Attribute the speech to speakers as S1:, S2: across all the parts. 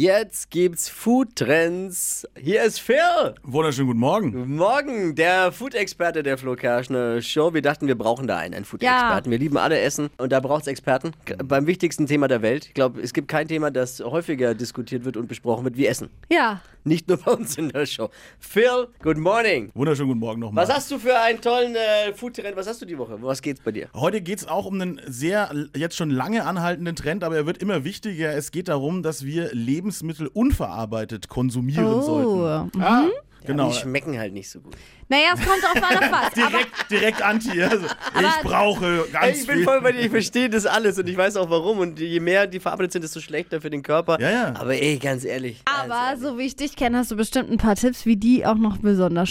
S1: Jetzt gibt's Food Trends. Hier ist Phil.
S2: Wunderschönen guten Morgen.
S1: Guten Morgen, der Food-Experte der Flo Kerschner Show. Wir dachten, wir brauchen da einen, einen Food-Experten. Wir lieben alle Essen und da braucht's Experten. K- Beim wichtigsten Thema der Welt. Ich glaube, es gibt kein Thema, das häufiger diskutiert wird und besprochen wird wie Essen.
S3: Ja,
S1: Nicht nur bei uns in der Show. Phil, good morning.
S2: Wunderschönen guten Morgen nochmal.
S1: Was hast du für einen tollen äh, Food-Trend? Was hast du die Woche? Was geht's bei dir?
S2: Heute geht es auch um einen sehr l- jetzt schon lange anhaltenden Trend, aber er wird immer wichtiger. Es geht darum, dass wir Lebensmittel unverarbeitet konsumieren
S3: Oh,
S2: sollten. Ah, genau.
S1: Die schmecken halt nicht so gut.
S3: naja, es kommt drauf an, auf was. Aber
S2: direkt, direkt anti. Also, ich brauche
S1: Ey,
S2: ganz
S1: ich bin
S2: viel.
S1: voll bei dir, ich verstehe das alles und ich weiß auch warum. Und je mehr die verarbeitet sind, desto schlechter für den Körper.
S2: Ja, ja.
S1: Aber ey, ganz ehrlich. ganz
S3: aber
S1: ehrlich.
S3: so wie ich dich kenne, hast du bestimmt ein paar Tipps, wie die auch noch besonders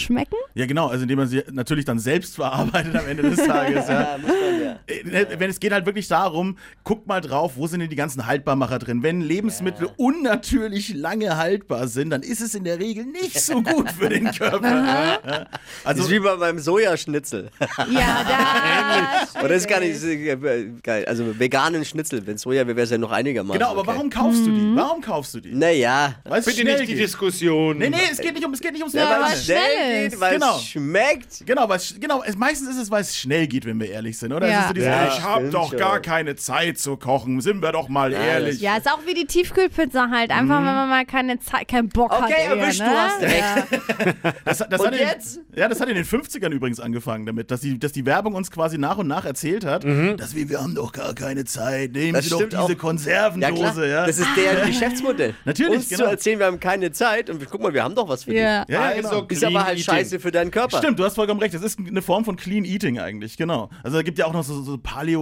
S3: schmecken.
S2: Ja, genau. Also indem man sie natürlich dann selbst verarbeitet am Ende des Tages. ja.
S1: Ja, muss man ja.
S2: Äh, Wenn es geht halt wirklich darum, guckt mal drauf, wo sind denn die ganzen Haltbarmacher drin? Wenn Lebensmittel unnatürlich lange haltbar sind, dann ist es in der Regel nicht so gut für den Körper. Ja.
S1: Das
S2: also
S1: ist wie bei meinem Sojaschnitzel.
S3: Ja, da.
S1: Oder ist gar nicht ist, äh, geil. Also veganen Schnitzel. Wenn Soja wäre, wäre es ja noch einigermaßen.
S2: genau, aber
S1: okay. Mhm.
S2: warum kaufst du die? Warum kaufst du die?
S1: Naja.
S2: Weil es
S4: Bitte
S2: schnell
S4: nicht die
S2: geht.
S4: Diskussion.
S2: Nee, nee, es geht nicht um es geht nicht ums
S1: Ja, weil
S2: Vegane.
S1: es
S3: schnell
S1: schnell
S3: ist.
S1: geht, weil
S2: Genau.
S1: es schmeckt.
S2: Genau, weil es, genau es, meistens ist es, weil es schnell geht, wenn wir ehrlich sind, oder?
S3: Ja.
S2: Es ist so dieses,
S4: Ja,
S2: ich habe
S1: stimmt
S2: doch gar
S1: schon.
S2: keine Zeit zu kochen, sind wir doch mal ehrlich.
S3: Ja, ist auch wie die Tiefkühlpizza halt. Einfach, wenn man mal keine Zeit, keinen Bock hat.
S1: Mhm. Okay,
S3: eher,
S1: erwischt,
S3: ne?
S1: du hast recht.
S3: Ja.
S2: Das, das
S1: Und
S2: hat in,
S1: jetzt?
S2: Ja, das hat in den 50ern übrigens angefangen damit, dass die, dass die Werbung uns quasi nach und nach erzählt hat, dass wir, wir haben doch gar keine Zeit, nehmen
S1: Mhm. Das
S2: Sie doch
S1: stimmt
S2: diese
S1: auch. Ja, klar.
S2: Konservendose. Ja, Ah.
S1: Das ist der Geschäftsmodell.
S2: Natürlich,
S1: Uns zu
S2: genau.
S1: erzählen, wir haben keine Zeit und guck mal, wir haben doch was für
S3: Ja.
S1: dich.
S2: ja, ja,
S4: Also
S2: genau.
S1: Ist aber halt scheiße für deinen Körper.
S2: Stimmt, du hast vollkommen recht. Das ist eine Form von Clean Eating eigentlich, genau. Also es gibt ja auch noch so, so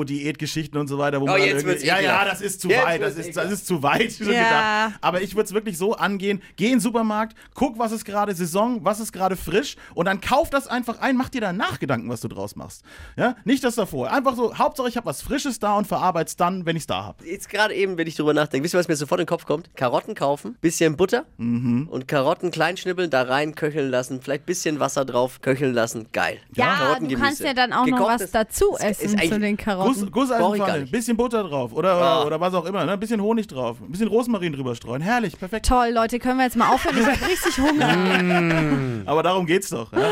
S2: Paleo-Diät-Geschichten und so weiter, wo man dann
S1: Oh, jetzt
S2: irgendwie-
S1: wird's
S2: ja, ja,
S1: ekelhaft.
S2: das ist zu
S1: Jetzt
S2: weit, das
S1: wird's
S2: ist, das ist zu weit. so
S3: Ja.
S2: gedacht. Aber ich würde es wirklich so angehen: Geh in den Supermarkt, guck, was ist gerade Saison, was ist gerade frisch und dann kauf das einfach ein. Mach dir danach Gedanken, was du draus machst. Ja, nicht das davor. Einfach so. Hauptsache, ich habe was Frisches da und verarbeit's dann, wenn ich's da habe.
S1: Jetzt gerade eben, wenn ich drüber nachdenke, wisst ihr, was mir sofort in den Kopf kommt? Karotten kaufen, bisschen Butter
S3: Mhm.
S1: und Karotten klein schnippeln, da rein köcheln lassen, vielleicht bisschen Wasser drauf, köcheln lassen, geil.
S3: ja, du
S1: Karottengemüse.
S3: kannst ja dann auch noch was
S1: Gekochtes-
S3: dazu
S1: ist- ist
S3: essen zu
S1: eigentlich-
S3: den
S2: Guss,
S3: Karotten.
S1: Brauch ich gar
S2: Gusseisenpfanne,
S1: nicht.
S2: bisschen Butter drauf oder,
S1: Ah.
S2: oder, oder was auch immer, ne? ein bisschen Honig drauf, ein bisschen Rosmarin drüber streuen, herrlich, perfekt.
S3: Toll, Leute, können wir jetzt mal aufhören? Ich hab richtig Hunger.
S2: Aber darum geht's doch. Ja?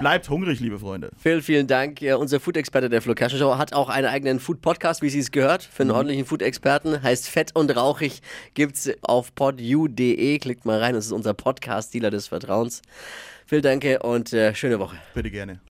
S2: Bleibt hungrig, liebe Freunde.
S1: Phil, vielen Dank. Ja, unser Food-Experte der Flo Kerschner Show hat auch einen eigenen Food-Podcast, wie Sie es gehört, für
S3: Mhm.
S1: einen ordentlichen Food-Experten. Heißt Fett und Rauchig. Gibt's auf podu.de. Klickt mal rein, das ist unser Podcast-Dealer des Vertrauens. Phil, danke und äh, schöne Woche.
S2: Bitte gerne.